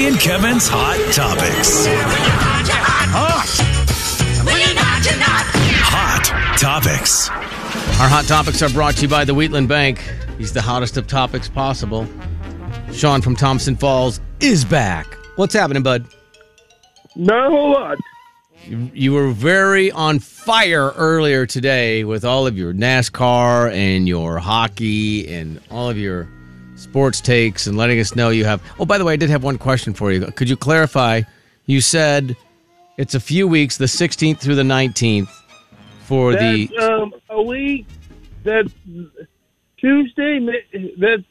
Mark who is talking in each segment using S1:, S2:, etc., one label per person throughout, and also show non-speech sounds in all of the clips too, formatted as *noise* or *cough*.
S1: and Kevin's Hot Topics. Hot Topics.
S2: Our hot topics are brought to you by the Wheatland Bank. He's the hottest of topics possible. Sean from Thompson Falls is back. What's happening, bud?
S3: Not a whole lot.
S2: You were very on fire earlier today with all of your NASCAR and your hockey and all of your sports takes and letting us know you have. Oh, by the way, I did have one question for you. Could you clarify? You said it's a few weeks, the 16th through the 19th, for
S3: That's
S2: the
S3: um, a week. That's Tuesday. ne- That's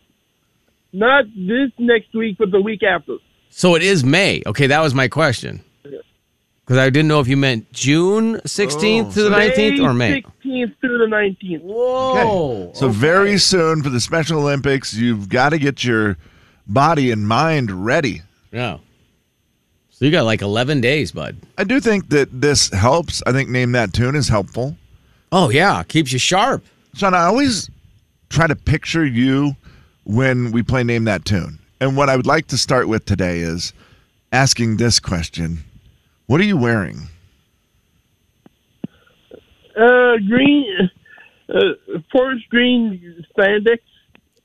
S3: not this next week, but the week after.
S2: So it is May. Okay, that was my question. Because I didn't know if you meant June 16th to the 19th or Oh, May. Oh.
S3: 16th through the 19th.
S2: Whoa.
S4: So very soon for the Special Olympics, you've got to get your body and mind ready.
S2: Yeah. So you got like 11 days, bud.
S4: I do think that this helps. I think name that tune is helpful.
S2: Oh, yeah. Keeps you sharp.
S4: Sean, I always try to picture you when we play name that tune. And what I would like to start with today is asking this question: What are you wearing?
S3: Uh, green, uh, forest green spandex.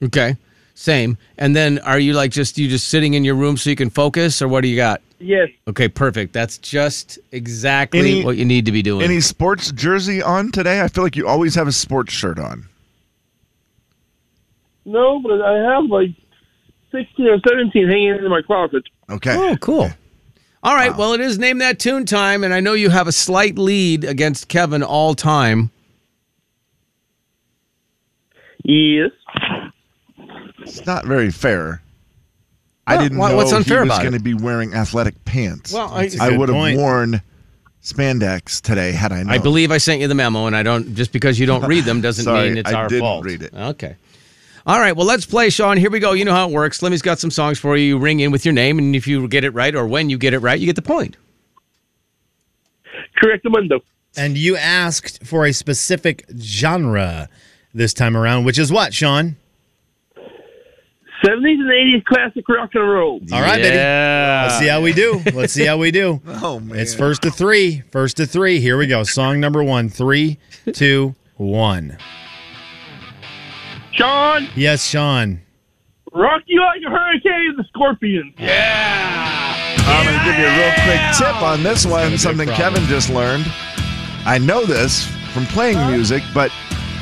S2: Okay. Same. And then are you like just, you just sitting in your room so you can focus or what do you got?
S3: Yes.
S2: Okay, perfect. That's just exactly
S4: Any-
S2: what you need to be doing.
S4: Any sports jersey on today? I feel like you always have a sports shirt on.
S3: No, but I have like 16 or 17 hanging in my closet.
S4: Okay.
S2: Oh, cool. All right. Well, it is name that tune time, and I know you have a slight lead against Kevin all time.
S3: Yes.
S4: It's not very fair. I
S2: Well,
S4: didn't
S2: why-
S4: know
S2: what's unfair
S4: he was
S2: about
S4: going
S2: it?
S4: to be wearing athletic pants.
S2: Well, I- That's a
S4: I
S5: good
S4: would have
S5: point.
S4: worn spandex today had I known.
S2: I believe I sent you the memo, and I don't just because you don't read them doesn't
S4: *laughs* Sorry,
S2: mean it's
S4: I
S2: our
S4: didn't
S2: fault.
S4: read it.
S2: Okay. All right. Well, let's play, Sean. Here we go. You know how it works. Lemmy's got some songs for you. You ring in with your name, and if you get it right, or when you get it right, you get the point.
S3: Correct the window.
S5: And you asked for a specific genre this time around, which is what, Sean?
S3: 70s and 80s classic rock and roll.
S5: All right, baby. Let's
S2: yeah.
S5: see how we do. Let's see how we do.
S4: *laughs* Oh man,
S5: It's first to three. First to three. Here we go. Song number one.
S4: *laughs*
S5: Three, two, one.
S3: Sean,
S5: Yes, Sean.
S3: rock you like a hurricane, the Scorpions.
S4: I'm going to give you a real quick tip on this one. Something Kevin just learned. I know this from playing music, but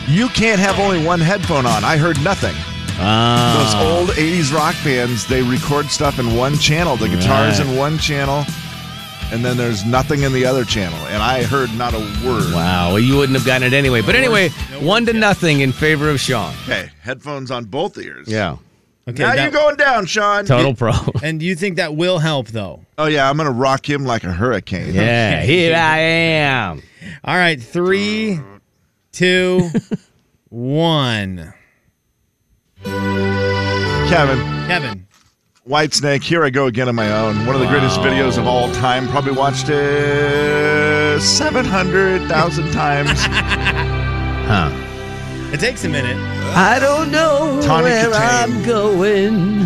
S4: you can't have only one headphone on. I heard nothing. Those old '80s rock bands, they record stuff in one channel. The guitars
S2: Right.
S4: in one channel, and then there's nothing in the other channel. And I heard not a word.
S2: Wow. Well, you wouldn't have gotten it anyway. But anyway, one to nothing in favor of Sean.
S4: Okay, headphones on both ears.
S2: Yeah.
S5: Okay.
S4: Now
S5: that-
S4: you're going down, Sean.
S2: Total
S4: *laughs*
S2: pro.
S5: And you think that will help, though?
S4: Oh yeah, I'm gonna rock him like a hurricane.
S2: yeah. *laughs* Here I am.
S5: All right. Three,
S4: *laughs*
S5: two, one.
S4: Kevin,
S5: Kevin.
S4: Whitesnake, here I go again on my own. One of the greatest videos of all time. Probably watched it seven hundred
S2: *laughs*
S4: thousand times.
S5: It takes a minute.
S2: I don't know
S4: Tawny
S2: where
S4: Katane.
S2: I'm going.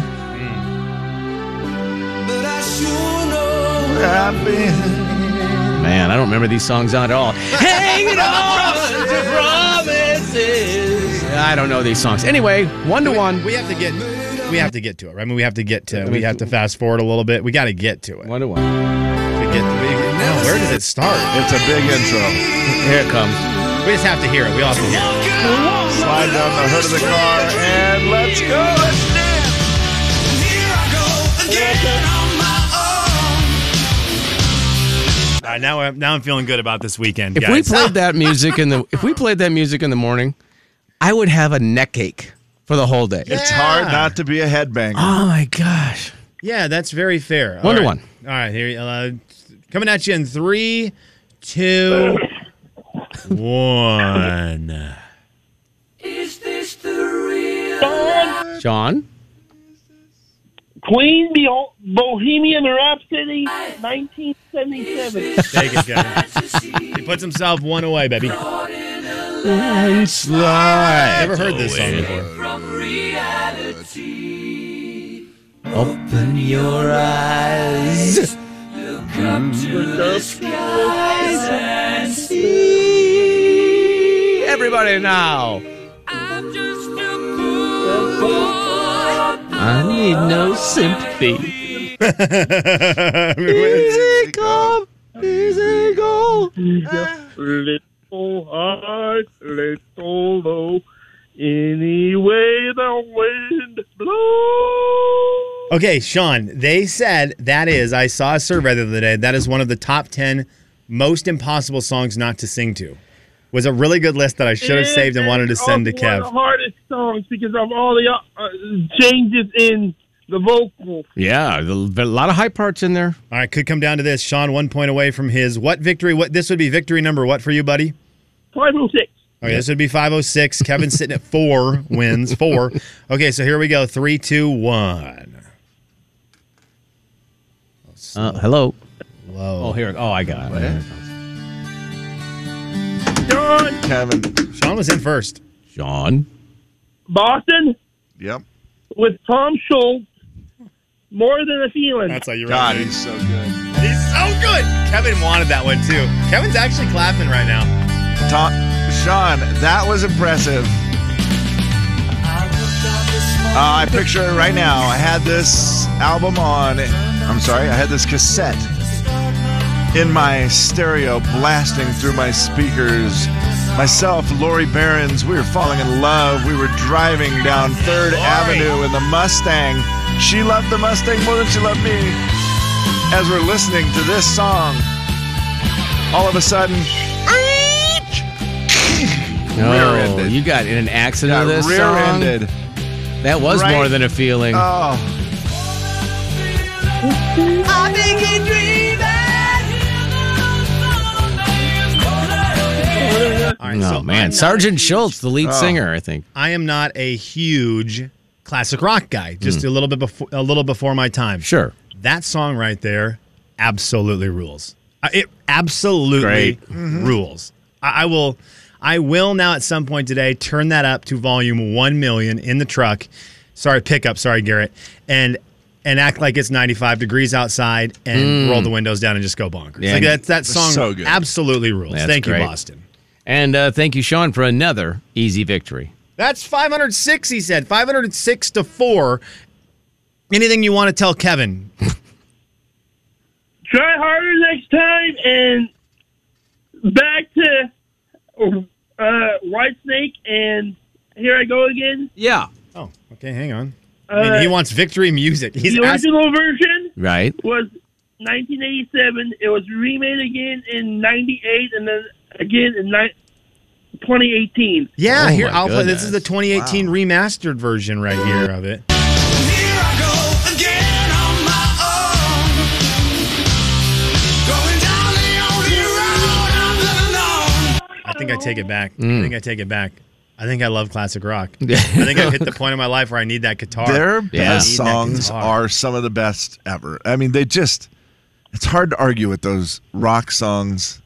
S4: I've been-
S2: Man, I don't remember these songs at
S5: *laughs*
S2: all. Hanging on to promises. I don't know these songs. Anyway, one to one.
S5: We have to get. We have to get to it. Right? I mean, we have to get to. We have to fast forward a little bit. We got to get to it.
S2: One to one.
S5: To get to, wow, where does it start?
S4: It's a big intro.
S2: Here it comes.
S5: We just have to hear it. We all have to hear it.
S4: Slide down the hood of the car and let's go.
S5: All right, now I'm now I'm feeling good about this weekend,
S2: If
S5: guys.
S2: we played that music in the if we played that music in the morning, I would have a neck ache for the whole day.
S4: It's hard not to be a headbanger.
S2: Oh my gosh.
S5: yeah, that's very fair. All
S2: One to
S5: right.
S2: one.
S5: All right, here you- uh, coming at you in three, two, one.
S2: Sean?
S3: Sean, Queen Bo- Bohemian Rhapsody, 1977.
S5: Take it, Kevin. he puts himself one away, baby.
S2: And slide.
S5: Never heard this song before.
S2: Open your eyes. play now.
S6: I'm just a poor boy.
S2: I need no sympathy.
S5: *laughs*
S4: Easy
S2: come, easy go.
S3: Little high, little low. Any way the wind blows.
S5: Okay, Sean, they said that is, I saw a survey the other day, that is one of the top 10 most impossible songs not to sing to. Was a really good list that I should have saved and wanted to send to
S3: It's One of the
S5: Kev.
S3: hardest songs because of all the uh, changes in the vocal.
S2: Yeah, the- the- a lot of high parts in there.
S5: All right, could come down to this. Sean, one point away from his. What victory? What This would be victory number what for you, buddy?
S3: Five oh six.
S5: Okay, this would be 506. Kevin's sitting at four wins. Four. Okay, so here we go. Three, two, one.
S2: Uh, hello.
S5: Low.
S2: Oh, here. Oh, I got it.
S3: John
S4: Kevin.
S5: Sean was in first.
S2: Sean.
S3: Boston
S4: Yep.
S3: with Tom Schultz. More than a feeling.
S5: how you
S4: God, he's so good.
S5: He's so good. Kevin wanted that one too. Kevin's actually clapping right now.
S4: Tom, Sean, that was impressive. Uh, I picture it right now. I had this album on. I'm sorry, I had this cassette in my stereo blasting through my speakers. Myself, Lori Behrens, we were falling in love. We were driving down 3rd Avenue in the Mustang. She loved the Mustang more than she loved me. As we're listening to this song, all of a sudden,
S2: Oh,
S4: Rear-ended.
S2: you got in an accident
S4: got
S2: with this song?
S4: rear-ended.
S2: That was
S4: Right.
S2: more than a feeling.
S4: Oh,
S6: I think he dreamed
S5: All right,
S2: oh
S5: so
S2: man,
S5: I'm
S2: Sergeant Schultz, the
S4: Oh.
S2: lead singer, I think.
S5: I am not a huge classic rock guy. Just a little bit before a little before my time.
S2: Hmm. Sure.
S5: That song right there absolutely rules. Uh, It absolutely Mm-hmm.
S2: Great. Mm-hmm.
S5: rules. I, I will I will now at some point today turn that up to volume 1 million in the truck. Sorry, pickup, sorry Garrett. And and act like it's 95 degrees outside and roll the windows down and just go bonkers.
S2: Mm. Yeah,
S5: like
S2: and-
S5: that that song
S4: so good.
S5: absolutely rules.
S2: That's
S5: Thank
S2: great.
S5: you Boston.
S2: And uh, thank you, Sean, for another easy victory.
S5: That's 506, he said. 506 to 4. Anything you want to tell Kevin?
S3: Try harder next time and back to uh, White Snake and here I go again.
S2: Yeah.
S5: Oh, okay, hang on.
S3: Uh,
S5: I mean, he wants victory music. He's
S3: the
S5: asking.
S3: original version
S2: Right.
S3: was 1987. It was remade again in 98 and then again in ni- 2018.
S5: Yeah,
S2: Oh
S5: here,
S2: my
S5: I'll play.
S2: goodness.
S5: This is the 2018 remastered version right here of it.
S6: Here I go again on my own. Going down the only road I've ever known.
S5: I think I take it back. I think I take it back. I think I love classic *laughs* rock. I think I've hit the point in my life where I need that guitar.
S2: Yeah.
S4: their best
S5: Need that
S4: songs
S5: guitar.
S4: are some of the best ever. I mean, they just, it's hard to argue with those rock songs.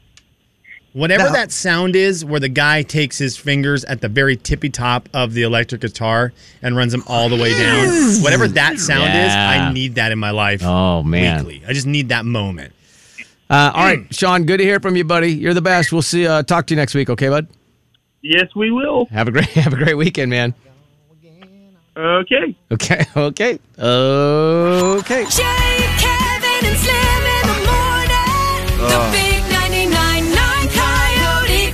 S5: Whatever
S4: Now-
S5: that sound is, where the guy takes his fingers at the very tippy top of the electric guitar and runs them all the way down. Whatever that sound is,
S2: Yeah.
S5: I need that in my life.
S2: Oh man.
S5: weekly. I just need that moment.
S2: Uh, all
S4: Mm.
S2: right, Sean. Good to hear from you, buddy. You're the best. We'll see. Uh, talk to you next week. Okay, bud.
S3: Yes, we will.
S2: Have a great *laughs* Have a great weekend, man.
S3: Okay.
S2: Okay. *laughs* Okay. Okay.
S6: Jay, Kevin, and Slim in the morning. The big 99.9 Coyote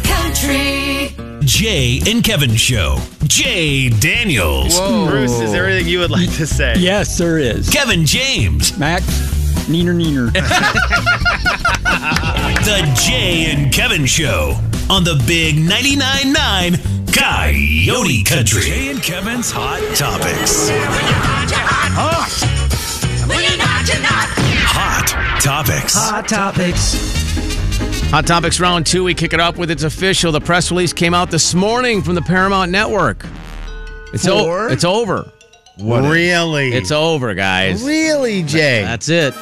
S6: Country.
S1: Jay and Kevin Show. Jay Daniels.
S5: Bruce, is there anything you would like to say?
S7: Yes, there is.
S1: Kevin James.
S7: Max, neener, neener.
S1: The Jay and Kevin Show on the Big 99.9 Coyote Country. Jay and Kevin's Hot Topics. Hot Topics.
S7: Hot topics.
S2: Hot topics round two. We kick it off with it's official. The press release came out this morning from the Paramount Network. It's over.
S4: For?
S2: It's over.
S5: really?
S2: It's over, guys.
S5: really, Jay.
S2: That's it.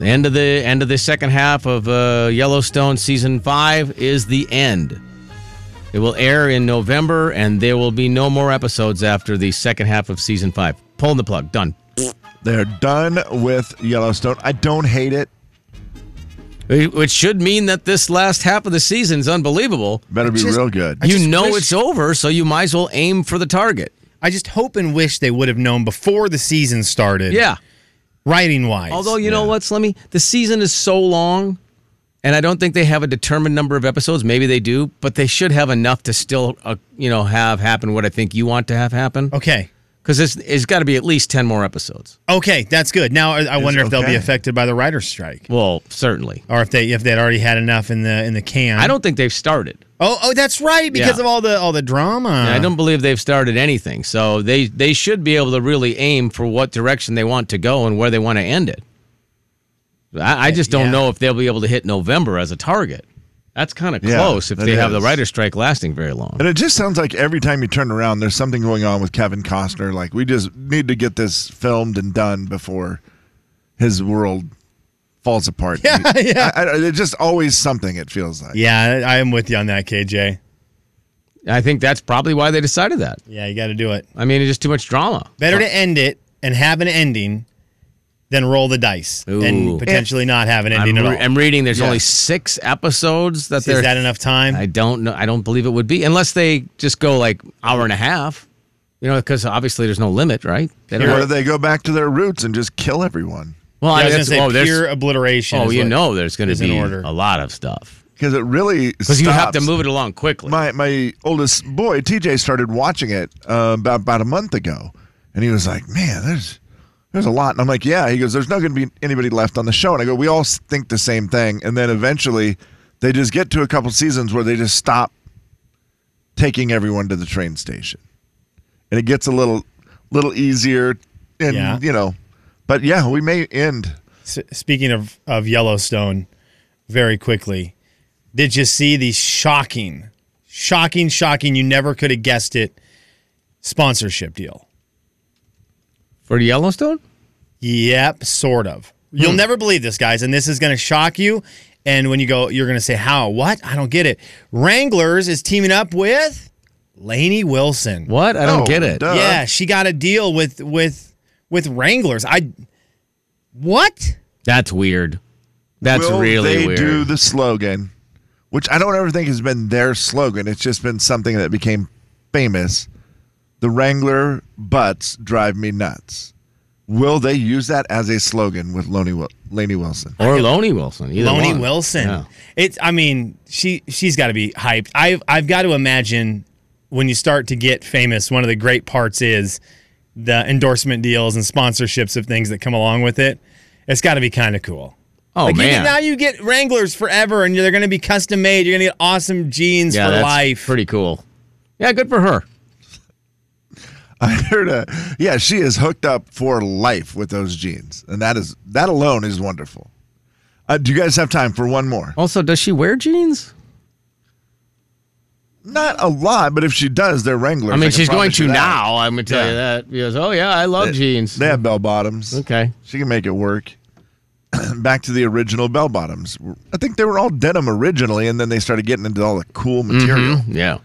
S2: End of the end of the second half of uh, Yellowstone season five is the end. It will air in November, and there will be no more episodes after the second half of season five. Pulling the plug. Done.
S4: They're done with Yellowstone. I don't hate it.
S2: which should mean that this last half of the season is unbelievable.
S4: Better be
S5: just-
S4: real good.
S5: I
S2: you
S5: just
S2: know
S5: wish-
S2: it's over, so you might as well aim for the target.
S5: I just hope and wish they would have known before the season started.
S2: Yeah.
S5: Writing wise.
S2: Although you know what, Slimmy, the season is so long, and I don't think they have a determined number of episodes. Maybe they do, but they should have enough to still, uh, you know, have happen what I think you want to have happen.
S5: Okay.
S2: Because it's, it's got to be at least ten more episodes.
S5: Okay, that's good. Now I I wonder if they'll
S4: okay.
S5: be affected by the writer's strike.
S2: Well, certainly.
S5: Or if they if they'd already had enough in the in the can.
S2: I don't think they've started.
S5: Oh oh that's right, because
S2: Yeah.
S5: of all the all the drama.
S2: I don't believe they've started anything. So they they should be able to really aim for what direction they want to go and where they want to end it. I, I just don't
S5: Yeah.
S2: know if they'll be able to hit November as a target. That's kind of
S4: Yeah,
S2: close if
S4: that
S2: they have the
S4: is.
S2: writer's strike lasting very long.
S4: And it just sounds like every time you turn around, there's something going on with Kevin Costner. Like we just need to get this filmed and done before his world falls apart.
S5: Yeah, *laughs* yeah.
S4: *laughs* I, I, it's just always something. It feels like.
S5: Yeah, I I am with you on that, KJ.
S2: I think that's probably why they decided that.
S5: Yeah, you gotta do it.
S2: I mean, it's just too much drama.
S5: Better to end it and have an ending than roll the dice
S2: Ooh.
S5: and potentially not have an
S2: I'm,
S5: ending at all.
S2: re- I'm reading there's only
S4: Yes.
S2: six episodes that
S5: Is
S2: they're.
S5: that enough time?
S2: I don't know. I don't believe it would be unless they just go like hour and a half. You know, because obviously there's no limit, right? They don't
S4: Or do
S2: have-
S4: they go back to their roots and just kill everyone?
S2: well,
S5: Yeah, I
S2: mean,
S5: was gonna
S2: that's-
S5: say
S2: oh, there's-
S5: pure obliteration.
S2: Oh,
S5: is
S2: you
S5: what-
S2: know, there's going to
S5: is in
S2: be
S5: order.
S2: a lot of stuff
S4: Because it really
S2: because you have to
S4: stops.
S2: move it along quickly.
S4: My my oldest boy TJ started watching it uh, about about a month ago, and he was like, "Man, there's there's a lot." And I'm like, "Yeah." He goes, "There's not going to be anybody left on the show." And I go, "We all s- think the same thing." And then eventually, they just get to a couple seasons where they just stop taking everyone to the train station, and it gets a little little easier, and
S5: Yeah.
S4: you know, but yeah, we may end.
S5: S- speaking of, of Yellowstone, very quickly, did you see the shocking, shocking, shocking, you never could have guessed it sponsorship deal?
S2: For Yellowstone,
S5: Yep, sort of. You'll
S2: Hmm.
S5: never believe this, guys, and this is going to shock you. And when you go, you're going to say, How? What? I don't get it. Wranglers is teaming up with Lainey Wilson.
S2: what? I don't
S4: Oh,
S2: get it.
S4: duh.
S5: Yeah, she got a deal with with with Wranglers. I what?
S2: That's weird. That's
S4: Will
S2: really
S4: they
S2: weird.
S4: do the slogan, which I don't ever think has been their slogan. It's just been something that became famous. The Wrangler butts drive me nuts. Will they use that as a slogan with Loney Wil- Laney Wilson? *laughs*
S2: or Loney Wilson. either
S5: Loney
S2: one.
S5: Wilson.
S2: Yeah.
S5: It's. I mean, she she's got to be hyped. I've I've got to imagine when you start to get famous, one of the great parts is the endorsement deals and sponsorships of things that come along with it. It's got to be kind of cool.
S2: Oh
S5: like you
S2: man,
S5: get- now you get Wranglers forever, and they're going to be custom made. You're going to get awesome jeans
S2: yeah,
S5: for
S2: that's
S5: life.
S2: Pretty cool. Yeah, good for her.
S4: I heard a yeah, she is hooked up for life with those jeans, and that is that alone is wonderful. Uh, do you guys have time for one more?
S2: Also, does she wear jeans?
S4: Not a lot, but if she does, they're Wranglers.
S2: I mean,
S4: can
S2: she's going
S4: promise
S2: to
S4: you that.
S2: now. I'm gonna tell
S4: Yeah.
S2: you that because oh yeah, I love jeans.
S4: They have bell bottoms.
S2: okay,
S4: She can make it work. *clears throat* Back to the original bell bottoms. I think they were all denim originally, and then they started getting into all the cool
S5: Mm-hmm.
S4: material.
S2: Mm-hmm. yeah,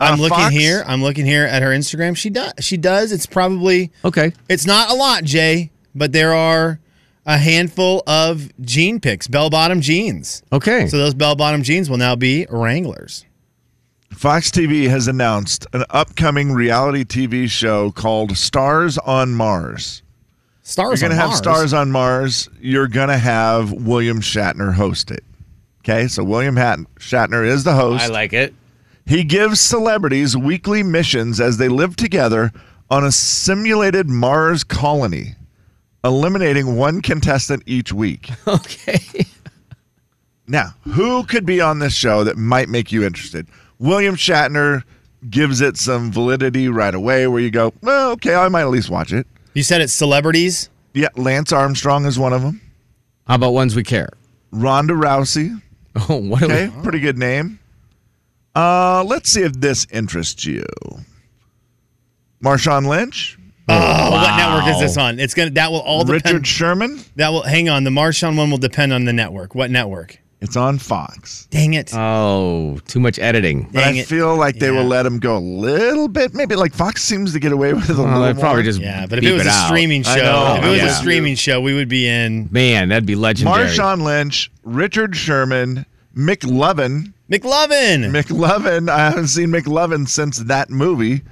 S5: I'm
S4: Uh,
S5: looking
S4: Fox-
S5: here. I'm looking here at her Instagram. She does. She does. It's probably.
S2: okay.
S5: It's not a lot, Jay, but there are a handful of jean picks, bell bottom jeans.
S2: Okay.
S5: So those bell bottom jeans will now be Wranglers.
S4: Fox TV has announced an upcoming reality TV show called Stars on Mars.
S5: Stars
S4: You're
S5: on
S4: gonna have
S5: Mars.
S4: Stars on Mars. You're gonna have William Shatner host it. Okay, so William Hat- Shatner is the host.
S2: I like it.
S4: He gives celebrities weekly missions as they live together on a simulated Mars colony, eliminating one contestant each week.
S2: *laughs* Okay.
S4: Now, who could be on this show that might make you interested? William Shatner gives it some validity right away where you go, well, okay, I might at least watch it.
S5: You said it's celebrities.
S4: Yeah, Lance Armstrong is one of them.
S2: How about ones we care? *laughs*
S4: Ronda Rousey,
S2: Oh, what? Are
S4: okay,
S2: we,
S4: pretty good name. Uh, let's see if this interests you. Marshawn Lynch,
S5: Oh, what
S2: Wow.
S5: network is this on? It's gonna that will all
S4: Richard
S5: depend.
S4: Sherman.
S5: That will hang on. The Marshawn one will depend on the network. What network?
S4: It's on Fox.
S5: Dang it.
S2: Oh, too much editing.
S4: Uh, But
S5: Dang
S4: I
S5: it.
S4: feel like they
S5: Yeah.
S4: will let him go a little bit. Maybe like Fox seems to get away *laughs* with it a
S2: Well,
S4: little
S2: they'd probably
S4: more.
S2: just
S5: yeah, but if
S2: beep
S5: it was a
S2: out.
S5: streaming show,
S4: I know.
S5: if it was
S2: Yeah.
S5: a streaming show, we would be in
S2: man, that'd be legendary.
S4: Marshawn Lynch, Richard Sherman, McLovin.
S5: McLovin.
S4: McLovin. I haven't seen McLovin since that movie.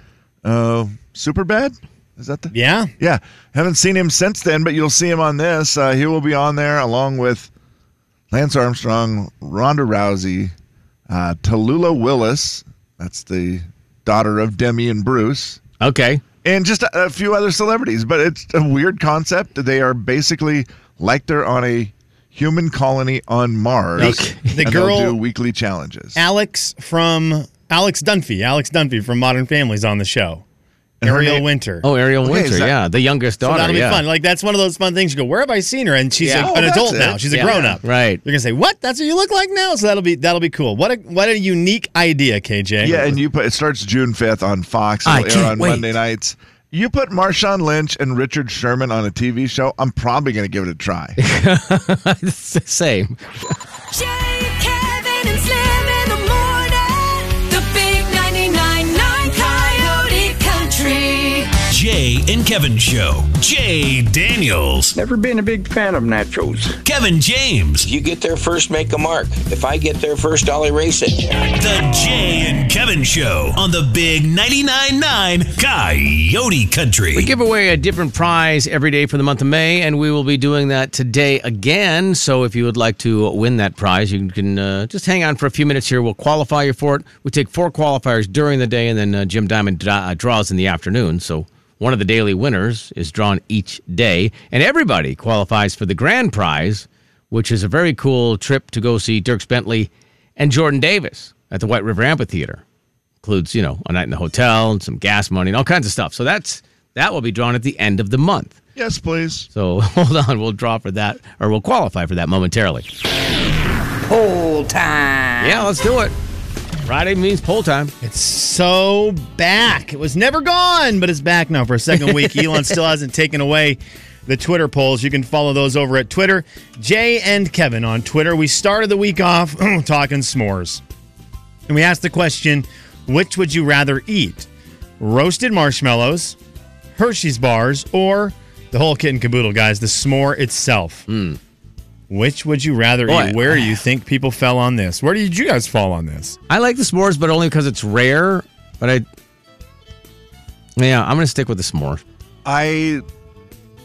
S4: Uh, Super bad. Is that the?
S5: yeah.
S4: Yeah, haven't seen him since then, but you'll see him on this. Uh, he will be on there along with Lance Armstrong, Ronda Rousey, uh, Tallulah Willis. That's the daughter of Demi and Bruce,
S2: okay.
S4: and just a, a few other celebrities. But it's a weird concept. They are basically like they're on a human colony on Mars.
S5: Okay. The
S4: and they'll
S5: girl-
S4: do weekly challenges.
S5: Alex from Alex Dunphy. Alex Dunphy from Modern Family's on the show.
S4: And her
S5: Ariel
S4: name-
S5: Winter.
S2: Oh, Ariel
S4: Okay, is
S2: Winter,
S4: that-
S2: yeah, the youngest
S5: So
S2: daughter.
S5: that'll be
S2: yeah.
S5: fun. Like that's one of those fun things. You go, where have I seen her? And she's
S2: Yeah.
S5: a-
S4: Oh,
S5: an
S4: that's
S5: adult
S4: it.
S5: now. She's a
S2: Yeah.
S5: grown up.
S2: Right.
S5: You're gonna say, what? That's what you look like now. So that'll be that'll be cool. What a what a unique idea, KJ.
S4: Yeah, and you put it starts June fifth on Fox.
S2: I
S4: It'll air
S2: can't
S4: on
S2: wait.
S4: Monday nights. You put Marshawn Lynch and Richard Sherman on a TV show. I'm probably going to give it
S2: *laughs*
S4: a try.
S2: It's the *laughs* Same.
S6: Jay, Kevin, and Slim in the morning. The big 99.9 Coyote Country.
S1: Jay and Kevin Show. Jay Daniels.
S8: Never been a big fan of nachos.
S1: Kevin James.
S9: You get there first, make a mark. If I get there first, I'll erase it.
S1: The Jay and Kevin Show on the Big 99.9 Coyote Country.
S2: We give away a different prize every day for the month of May, and we will be doing that today again. So if you would like to win that prize, you can uh, just hang on for a few minutes here. We'll qualify you for it. We take four qualifiers during the day, and then uh, Jim Diamond dra- uh, draws in the afternoon. So one of the daily winners is drawn each day, and everybody qualifies for the grand prize, which is a very cool trip to go see Dirks Bentley and Jordan Davis at the White River Amphitheater includes you know a night in the hotel and some gas money and all kinds of stuff. So that's that will be drawn at the end of the month.
S4: yes, please.
S2: So *laughs* hold on, we'll draw for that or we'll qualify for that momentarily. Poll time. Yeah, let's do it. Friday means poll time.
S5: It's so back. It was never gone, but it's back now for a second week. Elon still hasn't taken away the Twitter polls. You can follow those over at Twitter. Jay and Kevin on Twitter. We started the week off *clears throat* talking s'mores. And we asked the question which would you rather eat? Roasted marshmallows, Hershey's bars, or the whole kit and caboodle, guys, the s'more itself? Which would you rather
S2: Boy.
S5: eat? Where do you think people fell on this? Where did you guys fall on this?
S2: I like the s'mores, but only because it's rare. But I, yeah, I'm gonna stick with the s'mores.
S4: I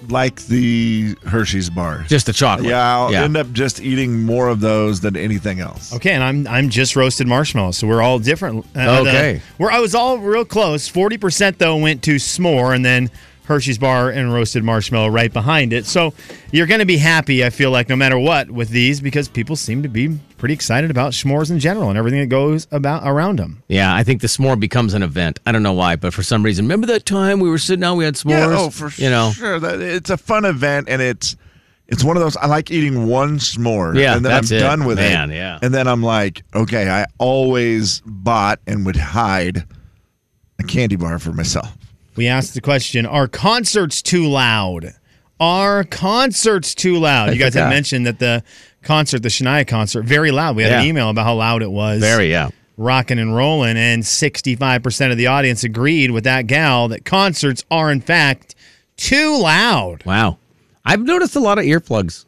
S4: like the Hershey's bar.
S2: Just the chocolate.
S4: yeah, I'll
S2: yeah.
S4: end up just eating more of those than anything else.
S5: Okay, and I'm I'm just roasted marshmallows, so we're all different. Uh, the-
S2: Okay.
S5: we're I was all real close. Forty percent though went to s'more, and then Hershey's bar and roasted marshmallow right behind it. So you're going to be happy, I feel like, no matter what with these, because people seem to be pretty excited about s'mores in general and everything that goes about around them.
S2: yeah, I think the s'more becomes an event. I don't know why, but for some reason, remember that time we were sitting out, we had s'mores.
S4: Yeah, oh, for
S2: you know.
S4: sure. That, it's a fun event, and it's it's one of those. I like eating one s'more,
S2: Yeah,
S4: and then
S2: that's
S4: I'm
S2: it.
S4: done with
S2: Man,
S4: it.
S2: yeah.
S4: and then I'm like, okay, I always bought and would hide a candy bar for myself.
S5: We asked the question: Are concerts too loud? Are concerts too loud?
S2: I
S5: you guys had
S2: forgot.
S5: mentioned that the concert, the Shania concert, very loud. We had an
S2: Yeah.
S5: email about how loud it was.
S2: Very yeah.
S5: rocking and rolling, and 65% of the audience agreed with that gal that concerts are, in fact, too loud.
S2: Wow. I've noticed a lot of earplugs.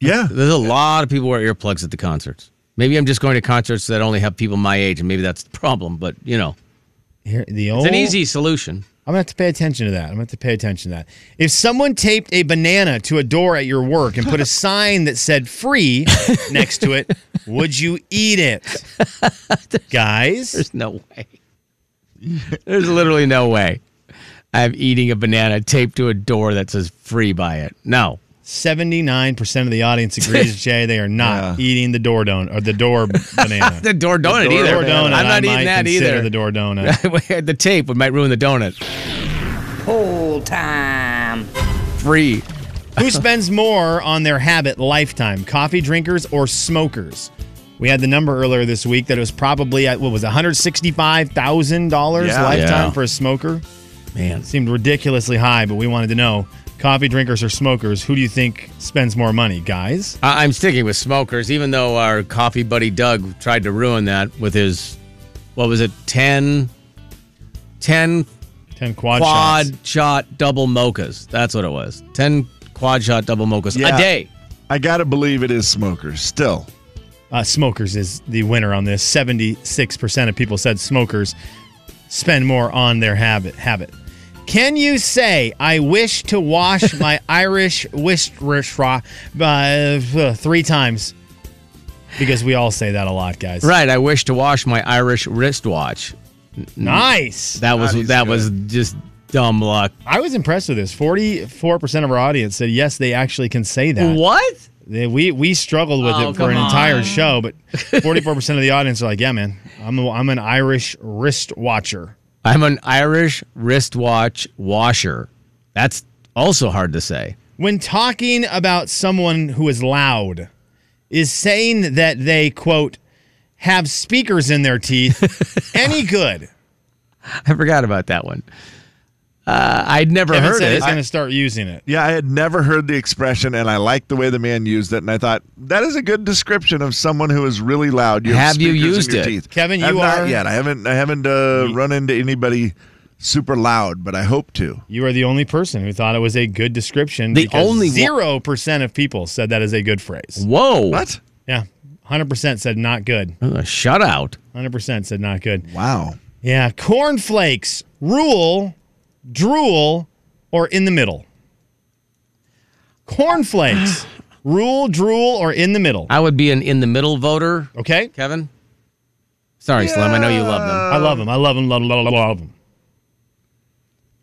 S4: Yeah,
S2: There's a lot of people wear earplugs at the concerts. Maybe I'm just going to concerts that only have people my age, and maybe that's the problem. But you know,
S5: Here, the old,
S2: it's an easy solution.
S5: I'm gonna have to pay attention to that. I'm gonna have to pay attention to that. If someone taped a banana to a door at your work and
S2: *laughs*
S5: put a sign that said "free" next to it, would you
S2: *laughs*
S5: eat it,
S2: *laughs*
S5: guys?
S2: There's no way. There's literally no way. I'm eating a banana taped to a door that says "free" by it. No,
S5: 79% of the audience agrees, Jay. They are not eating the door donut or the
S2: *laughs*
S5: door banana.
S2: the door donut
S5: door
S2: either.
S5: donut.
S2: I'm
S5: I
S2: not
S5: might
S2: eating that
S5: consider
S2: either. *laughs*
S5: The door donut.
S2: the tape would might ruin the donut.
S9: Whole time.
S2: Free.
S5: Who spends more on their habit lifetime, coffee drinkers or smokers? We had the number earlier this week that it was probably at, what was it, $165,000
S4: Yeah.
S5: lifetime
S2: Yeah.
S5: for a smoker.
S2: Man.
S5: Seemed ridiculously high, but we wanted to know coffee drinkers or smokers, who do you think spends more money, guys?
S2: I- I'm sticking with smokers, even though our coffee buddy Doug tried to ruin that with his, what was it, 10, 10
S5: Ten quad,
S2: quad
S5: shots.
S2: shot. double mochas. That's what it was. 10 quad shot double mochas
S4: Yeah.
S2: a day.
S4: I gotta believe it is smokers still.
S5: Uh, smokers is the winner on this. Seventy-six percent of people said smokers spend more on their habit. Habit. Can you say I wish to
S2: *laughs*
S5: wash my Irish wish wish- ra- uh, three times? Because we all say that a lot, guys.
S2: Right. I wish to wash my Irish wristwatch.
S5: Nice.
S2: That was
S4: Not
S2: that
S4: as
S2: was just dumb luck.
S5: I was impressed with this. Forty-four percent of our audience said yes, they actually can say that.
S2: What?
S5: They- We we struggled with
S2: Oh,
S5: it for an
S2: come
S5: entire
S2: on.
S5: show, but forty-four percent of the audience are like, "Yeah, man, I'm a, I'm an Irish wrist watcher."
S2: I'm an Irish wristwatch washer. That's also hard to say.
S5: When talking about someone who is loud, is saying that they quote have speakers in their teeth
S2: *laughs*
S5: any good?
S2: I forgot about that one. Uh, I'd never
S5: Kevin
S2: heard
S5: said
S2: it.
S5: he's going to start using it.
S4: Yeah, I had never heard the expression, and I liked the way the man used it, and I thought that is a good description of someone who is really loud. You
S2: Have you
S4: speakers in
S2: used
S4: your
S2: it?
S4: teeth.
S5: Kevin,
S4: I've
S5: you
S4: not
S5: are-
S4: yet. I haven't. I haven't uh, run into anybody super loud, but I hope to.
S5: You are the only person who thought it was a good description.
S2: The
S5: because
S2: only one-
S5: zero percent of people said that is a good phrase.
S2: Whoa!
S4: What?
S5: Yeah, hundred percent said not good.
S2: A shutout.
S5: Hundred percent said not good.
S4: Wow.
S5: Yeah, cornflakes, rule, drool, or in the middle.
S2: *sighs*
S5: Cornflakes, rule, drool, or in the middle.
S2: I would be an in the middle voter.
S5: Okay,
S2: Kevin. Sorry, Slim. I know you love them.
S5: I love them. I love them. Love, love, love, love them.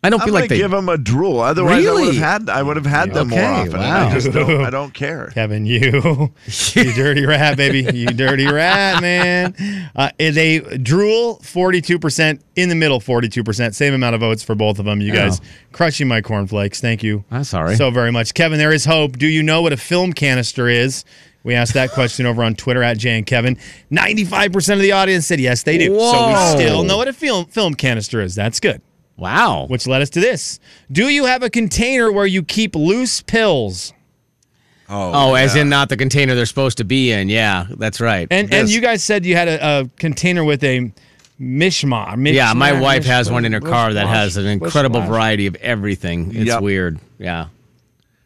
S2: I don't
S4: I'm
S2: feel
S4: gonna
S2: like they.
S4: give him a drool. Otherwise, I would
S2: Really?
S4: have had. I would have had them more
S2: Okay,
S4: often. and
S2: wow.
S4: I just don't.
S2: *laughs*
S4: I don't care.
S5: Kevin, you, *laughs* you dirty rat, baby, you dirty rat, man. Uh, they drool forty-two percent in the middle, forty-two percent. Same amount of votes for both of them. You guys crushing my cornflakes. Thank you.
S2: I'm sorry.
S5: so very much, Kevin. There is hope. Do you know what a film canister is? We asked that question over on Twitter at Jay and Kevin. Ninety-five percent of the audience said yes, they do. So
S2: Whoa.
S5: we still know what a film film canister is. That's good.
S2: wow.
S5: Which led us to this: Do you have a container where you keep loose pills?
S2: Oh, as in not the container they're supposed to be in. Yeah, that's right.
S5: And and
S4: Yes.
S5: you guys said you had a, a container with a mishma. mishma
S2: yeah, my wife has
S5: mishma.
S2: one in her car that has an incredible variety of everything. It's
S4: Yep.
S2: weird. Yeah.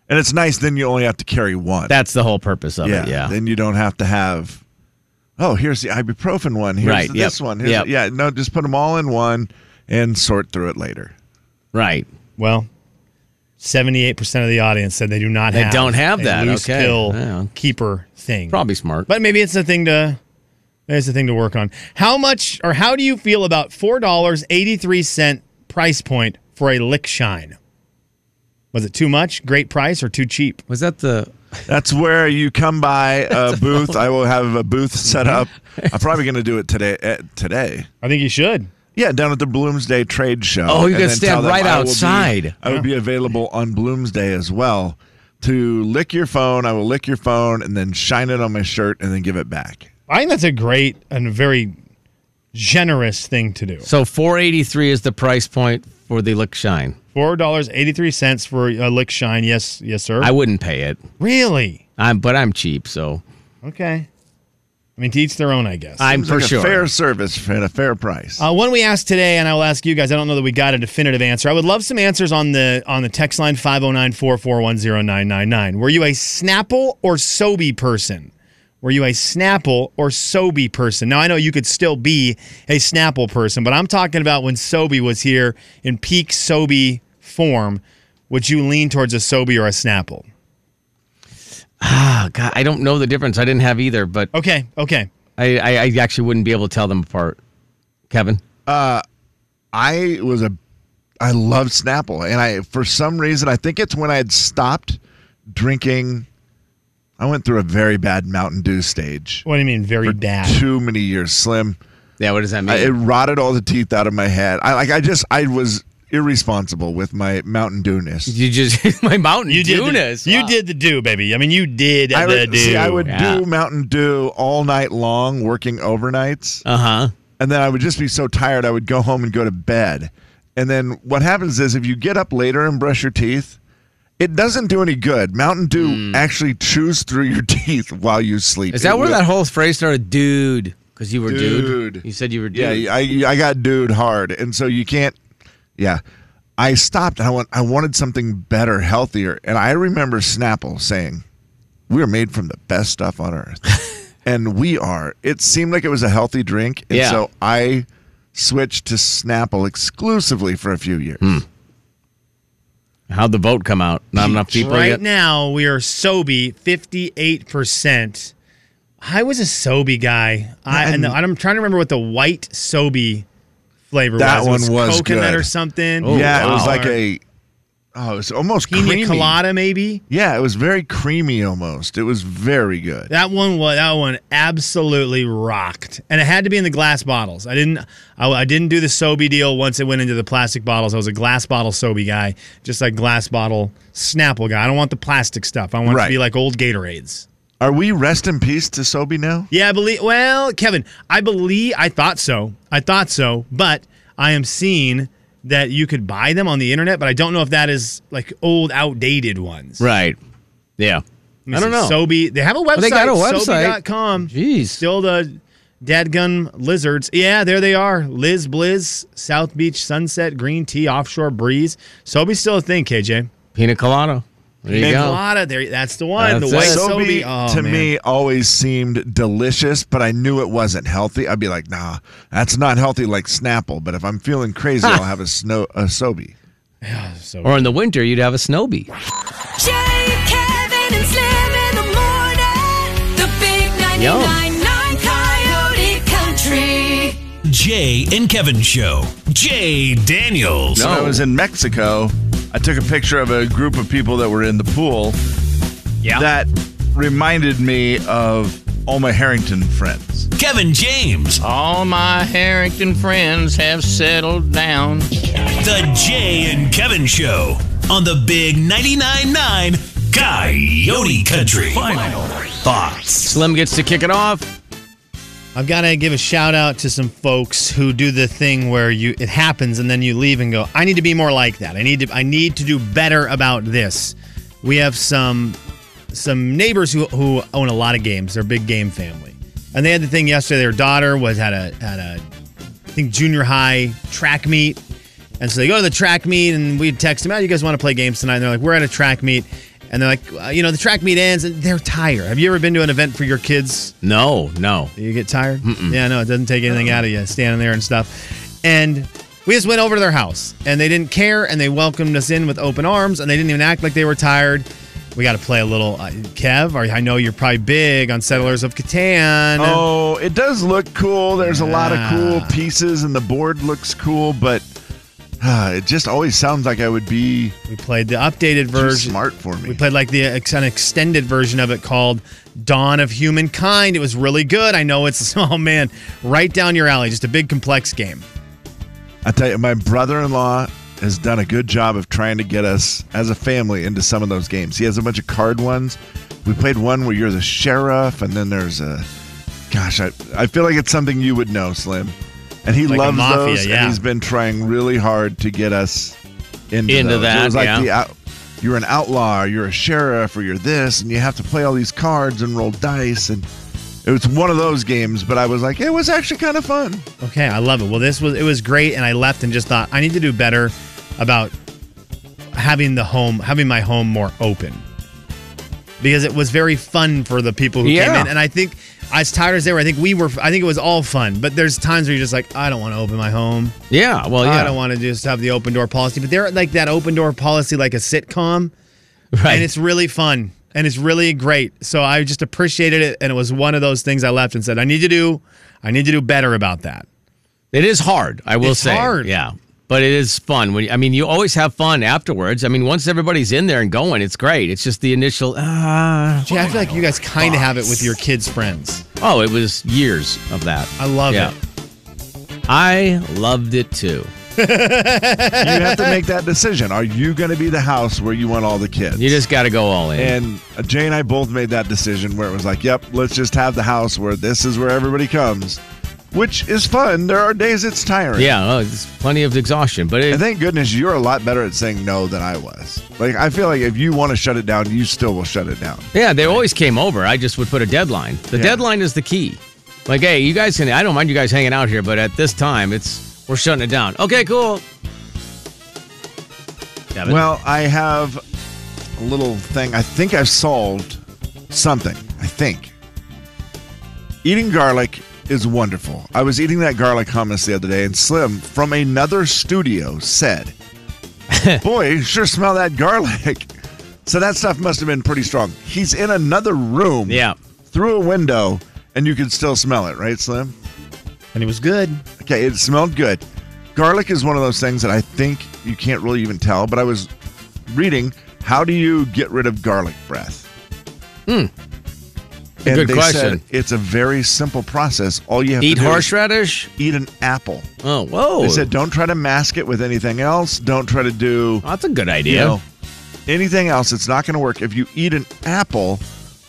S4: And it's nice. Then you only have to carry one.
S2: That's the whole purpose of
S4: yeah.
S2: it. Yeah.
S4: Then you don't have to have. Oh, here's the ibuprofen one. Here's
S2: Right,
S4: the-
S2: yep,
S4: this one. Here's
S2: yep.
S4: the- yeah. No, just put them all in one and sort through it later.
S2: right.
S5: Well, seventy-eight percent of the audience said they do not.
S2: They
S5: have
S2: don't have
S5: a
S2: that,
S5: loose
S2: okay.
S5: pill
S2: Yeah.
S5: keeper thing.
S2: Probably smart.
S5: but maybe it's a thing to. Maybe it's a thing to work on. How much or how do you feel about four dollars eighty-three cent price point for a lick shine? Was it too much? Great price or too cheap?
S2: was that the
S4: That's where you
S2: *laughs*
S4: come by a booth. I will have a booth set up. I'm probably going to do it today. eh, today.
S5: I think you should.
S4: Yeah, down at the Bloomsday Trade Show.
S2: Oh, you
S4: And
S2: can
S4: then
S2: stand
S4: tell them
S2: right
S4: I will be-
S2: outside.
S4: I would be available on Bloomsday as well to lick your phone. I will lick your phone and then shine it on my shirt and then give it back.
S5: I think that's a great and very generous thing to do.
S2: so 483 is the price point for the lick shine.
S5: Four dollars eighty three cents for a lick shine. Yes, yes, sir.
S2: I wouldn't pay it.
S5: really?
S2: I'm but I'm cheap, so
S5: Okay. I mean, to each their own, I guess.
S2: I'm
S4: Seems
S2: for
S4: like a
S2: sure.
S4: fair service at a fair price.
S5: Uh, one we asked today, and I will ask you guys. I don't know that we got a definitive answer. I would love some answers on the on the text line 509-441-0999. Were you a Snapple or Sobe person? Were you a Snapple or Sobe person? Now I know you could still be a Snapple person, but I'm talking about when Sobe was here in peak Sobe form. Would you lean towards a Sobe or a Snapple?
S2: Oh, God, I don't know the difference. I didn't have either, but
S5: Okay, okay.
S2: I, I, I actually wouldn't be able to tell them apart. Kevin.
S4: I was a I loved Snapple and I for some reason I think it's when I had stopped drinking I went through a very bad Mountain Dew stage.
S5: What do you mean, very bad?
S4: Too many years slim.
S2: Yeah, what does that mean?
S4: I, it rotted all the teeth out of my head. I like I just I was irresponsible with my Mountain Dewness.
S2: you just *laughs* my mountain
S5: You did,
S2: Dunas.
S5: the, you
S2: Wow.
S5: did the do, baby. I mean, you did
S4: I
S5: the
S4: would,
S5: do.
S4: see, I would
S2: Yeah.
S4: do Mountain Dew all night long, working overnights.
S2: Uh-huh.
S4: and then I would just be so tired I would go home and go to bed. And then what happens is if you get up later and brush your teeth, It doesn't do any good. Mountain Dew actually chews through your *laughs* teeth while you sleep.
S2: Hmm. Is that
S4: It
S2: where
S4: will-
S2: that whole phrase started? Dude, because you were dude.
S4: Dude.
S2: You said you were dude.
S4: Yeah, I I got dude hard, and so you can't. Yeah, I stopped. I want I wanted something better, healthier, and I remember Snapple saying, "We are made from the best stuff
S2: *laughs*
S4: on earth," and we are. It seemed like it was a healthy drink, and
S2: Yeah.
S4: so I switched to Snapple exclusively for a few years.
S2: Hmm. How'd the vote come out? Not enough people
S5: right
S2: yet.
S5: now we are Sobe fifty eight percent. I was a Sobe guy. I and, the- I'm trying to remember what the white Sobe flavor
S4: That
S5: was. It
S4: one was
S5: coconut
S4: good.
S5: or something.
S2: Oh,
S4: yeah, it was
S2: wow.
S4: like a. Oh, it was almost
S5: pina
S4: creamy.
S5: colada, maybe.
S4: Yeah, it was very creamy almost. It was very good.
S5: That one was that one absolutely rocked, and it had to be in the glass bottles. I didn't, I, I didn't do the Sobe deal once it went into the plastic bottles. I was a glass bottle Sobe guy, just like glass bottle Snapple guy. I don't want the plastic stuff. I want it
S4: Right.
S5: to be like old Gatorades.
S4: Are we rest in peace to Sobe now?
S5: Yeah, I believe. Well, Kevin, I believe. I thought so. I thought so, but I am seeing that you could buy them on the internet, but I don't know if that is like old, outdated ones.
S2: Right. Yeah.
S5: Let me
S2: I don't know.
S5: see. Sobe, they have a website.
S2: they got a website.
S5: Sobe.com.
S2: Jeez.
S5: Still the Dadgun Lizards. Yeah, there they are. Liz Blizz, South Beach Sunset, Green Tea, Offshore Breeze. Sobe's still a thing, KJ.
S2: Pina colada. There you
S5: Big
S2: go.
S5: Lotta, there. That's the one.
S2: That's
S5: the white
S2: it.
S5: Sobe.
S4: Sobe
S5: Oh,
S4: to
S5: man.
S4: me always seemed delicious, but I knew it wasn't healthy. I'd be like, nah, that's not healthy like Snapple. But if I'm feeling crazy, I'll have a snow a Sobe.
S2: Or in the winter, you'd have a snowbee.
S6: Jay, Kevin, and Slim in the morning. The big 99.9 Coyote Country.
S1: Jay and Kevin Show. Jay Daniels.
S2: No.
S10: When I was in Mexico, I took a picture of a group of people that were in the pool.
S2: Yeah.
S10: That reminded me of all my Harrington friends.
S1: Kevin James.
S11: All my Harrington friends have settled down.
S1: The Jay and Kevin Show on the Big 99.9 9 Coyote Country. Final thoughts.
S2: Slim gets to kick it off.
S5: I've got to give a shout out to some folks who do the thing where you it happens and then you leave and go, I need to be more like that. I need to I need to do better about this. We have some some neighbors who, who own a lot of games. They're a big game family. And they had the thing yesterday, their daughter was had a had a I think junior high track meet. And so they go to the track meet, and we text them, "Oh, you guys want to play games tonight?" And they're like, "We're at a track meet," and they're like, uh, "You know, the track meet ends, and they're tired." Have you ever been to an event for your kids
S2: No, no.
S5: you get tired? Yeah, no, it doesn't take anything out of you standing there and stuff. And we just went over to their house and they didn't care and they welcomed us in with open arms and they didn't even act like they were tired. We got to play a little uh, Kev. Or I know you're probably big on Settlers of Catan.
S4: Oh, it does look cool. There's a lot of cool pieces, and the board looks cool, but *sighs* uh, it just always sounds like I would be
S5: We played the updated
S4: too
S5: version.
S4: smart for me.
S5: We played like the ex- an extended version of it called Dawn of Humankind. It was really good. I know it's *laughs* oh man, right down your alley. Just a big complex game.
S4: I tell you, my brother-in-law has done a good job of trying to get us as a family into some of those games. He has a bunch of card ones. We played one where you're the sheriff, and then there's a, gosh, I, I feel like it's something you would know, Slim. And he
S5: Like a
S4: loves
S5: mafia,
S4: those,
S5: yeah.
S4: and he's been trying really hard to get us into,
S2: Into
S4: those.
S2: that,
S4: It was like
S2: yeah.
S4: the out, you're an outlaw, or you're a sheriff, or you're this, and you have to play all these cards and roll dice, and it was one of those games. But I was like, it was actually kind of fun.
S5: Okay, I love it. Well, this was it was great, and I left and just thought I need to do better about having the home, having my home more open, because it was very fun for the people who came
S2: Yeah.
S5: in, and I think as tired as they were, I think we were, I think it was all fun. But there's times where you're just like, I don't want to open my home.
S2: Yeah. Well, Oh, yeah.
S5: I don't want to just have the open door policy. But they're like that open door policy, like a sitcom
S2: *laughs* right.
S5: and it's really fun and it's really great. So I just appreciated it, and it was one of those things I left and said, I need to do, I need to do better about that.
S2: It is hard, I will
S5: It's
S2: say.
S5: hard.
S2: Yeah. But it is fun. When I mean, you always have fun afterwards. I mean, once everybody's in there and going, it's great. It's just the initial. ah.
S5: Gee, I feel like you guys kind of have it with your kids' friends.
S2: oh, it was years of that.
S5: I love
S2: Yeah.
S5: it.
S2: I loved it too.
S4: you have to make that decision. Are you going to be the house where you want all the kids?
S2: You just got to go all in.
S4: and uh, Jay and I both made that decision where it was like, "Yep, let's just have the house where this is where everybody comes." which is fun. There are days it's tiring.
S2: Yeah, well, it's plenty of exhaustion, but
S4: And thank goodness you're a lot better at saying no than I was. Like I feel like if you want to shut it down, you still will shut it down.
S2: Yeah, they always came over. I just would put a deadline. The deadline is the key. Like, hey, you guys can. I don't mind you guys hanging out here, but at this time, it's we're shutting it down. Okay, cool. Kevin?
S4: Well, I have a little thing. I think I've solved something. I think. Eating garlic is wonderful. I was eating that garlic hummus the other day, and Slim from another studio said, Boy, you sure smell that garlic. So that stuff must have been pretty strong. He's in another room. Yeah. Through a window, and you can still smell it, right, Slim?
S5: And it was good.
S4: Okay, it smelled good. Garlic is one of those things that I think you can't really even tell, but I was reading how do you get rid of garlic breath?
S2: Hmm.
S4: And
S2: Good
S4: they
S2: question.
S4: said it's a very simple process. All you have
S2: Eat
S4: to do
S2: horseradish.
S4: Is eat an apple.
S2: Oh, whoa!
S4: They said don't try to mask it with anything else. Don't try to do.
S2: that's a good idea.
S4: anything else, it's not going to work. If you eat an apple,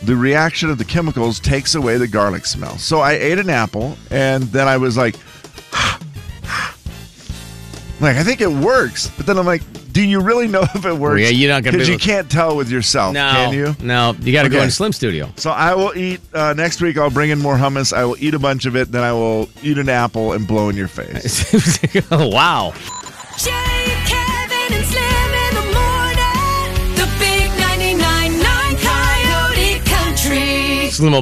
S4: the reaction of the chemicals takes away the garlic smell. So I ate an apple, and then I was like, *sighs* like I think it works, but then I'm like, do you really know *laughs* if it works?
S2: yeah, you're not gonna be
S4: because you
S2: able to-
S4: can't tell with yourself,
S2: no,
S4: can you?
S2: no, you got to go
S4: Okay.
S2: in Slim Studio. *laughs*
S4: So I will eat uh, next week. I'll bring in more hummus. I will eat a bunch of it. Then I will eat an apple and blow in your face.
S2: Oh, wow.
S6: Jay, Kevin, and Slim in the morning. The big 99.9 Coyote Country.
S2: Slim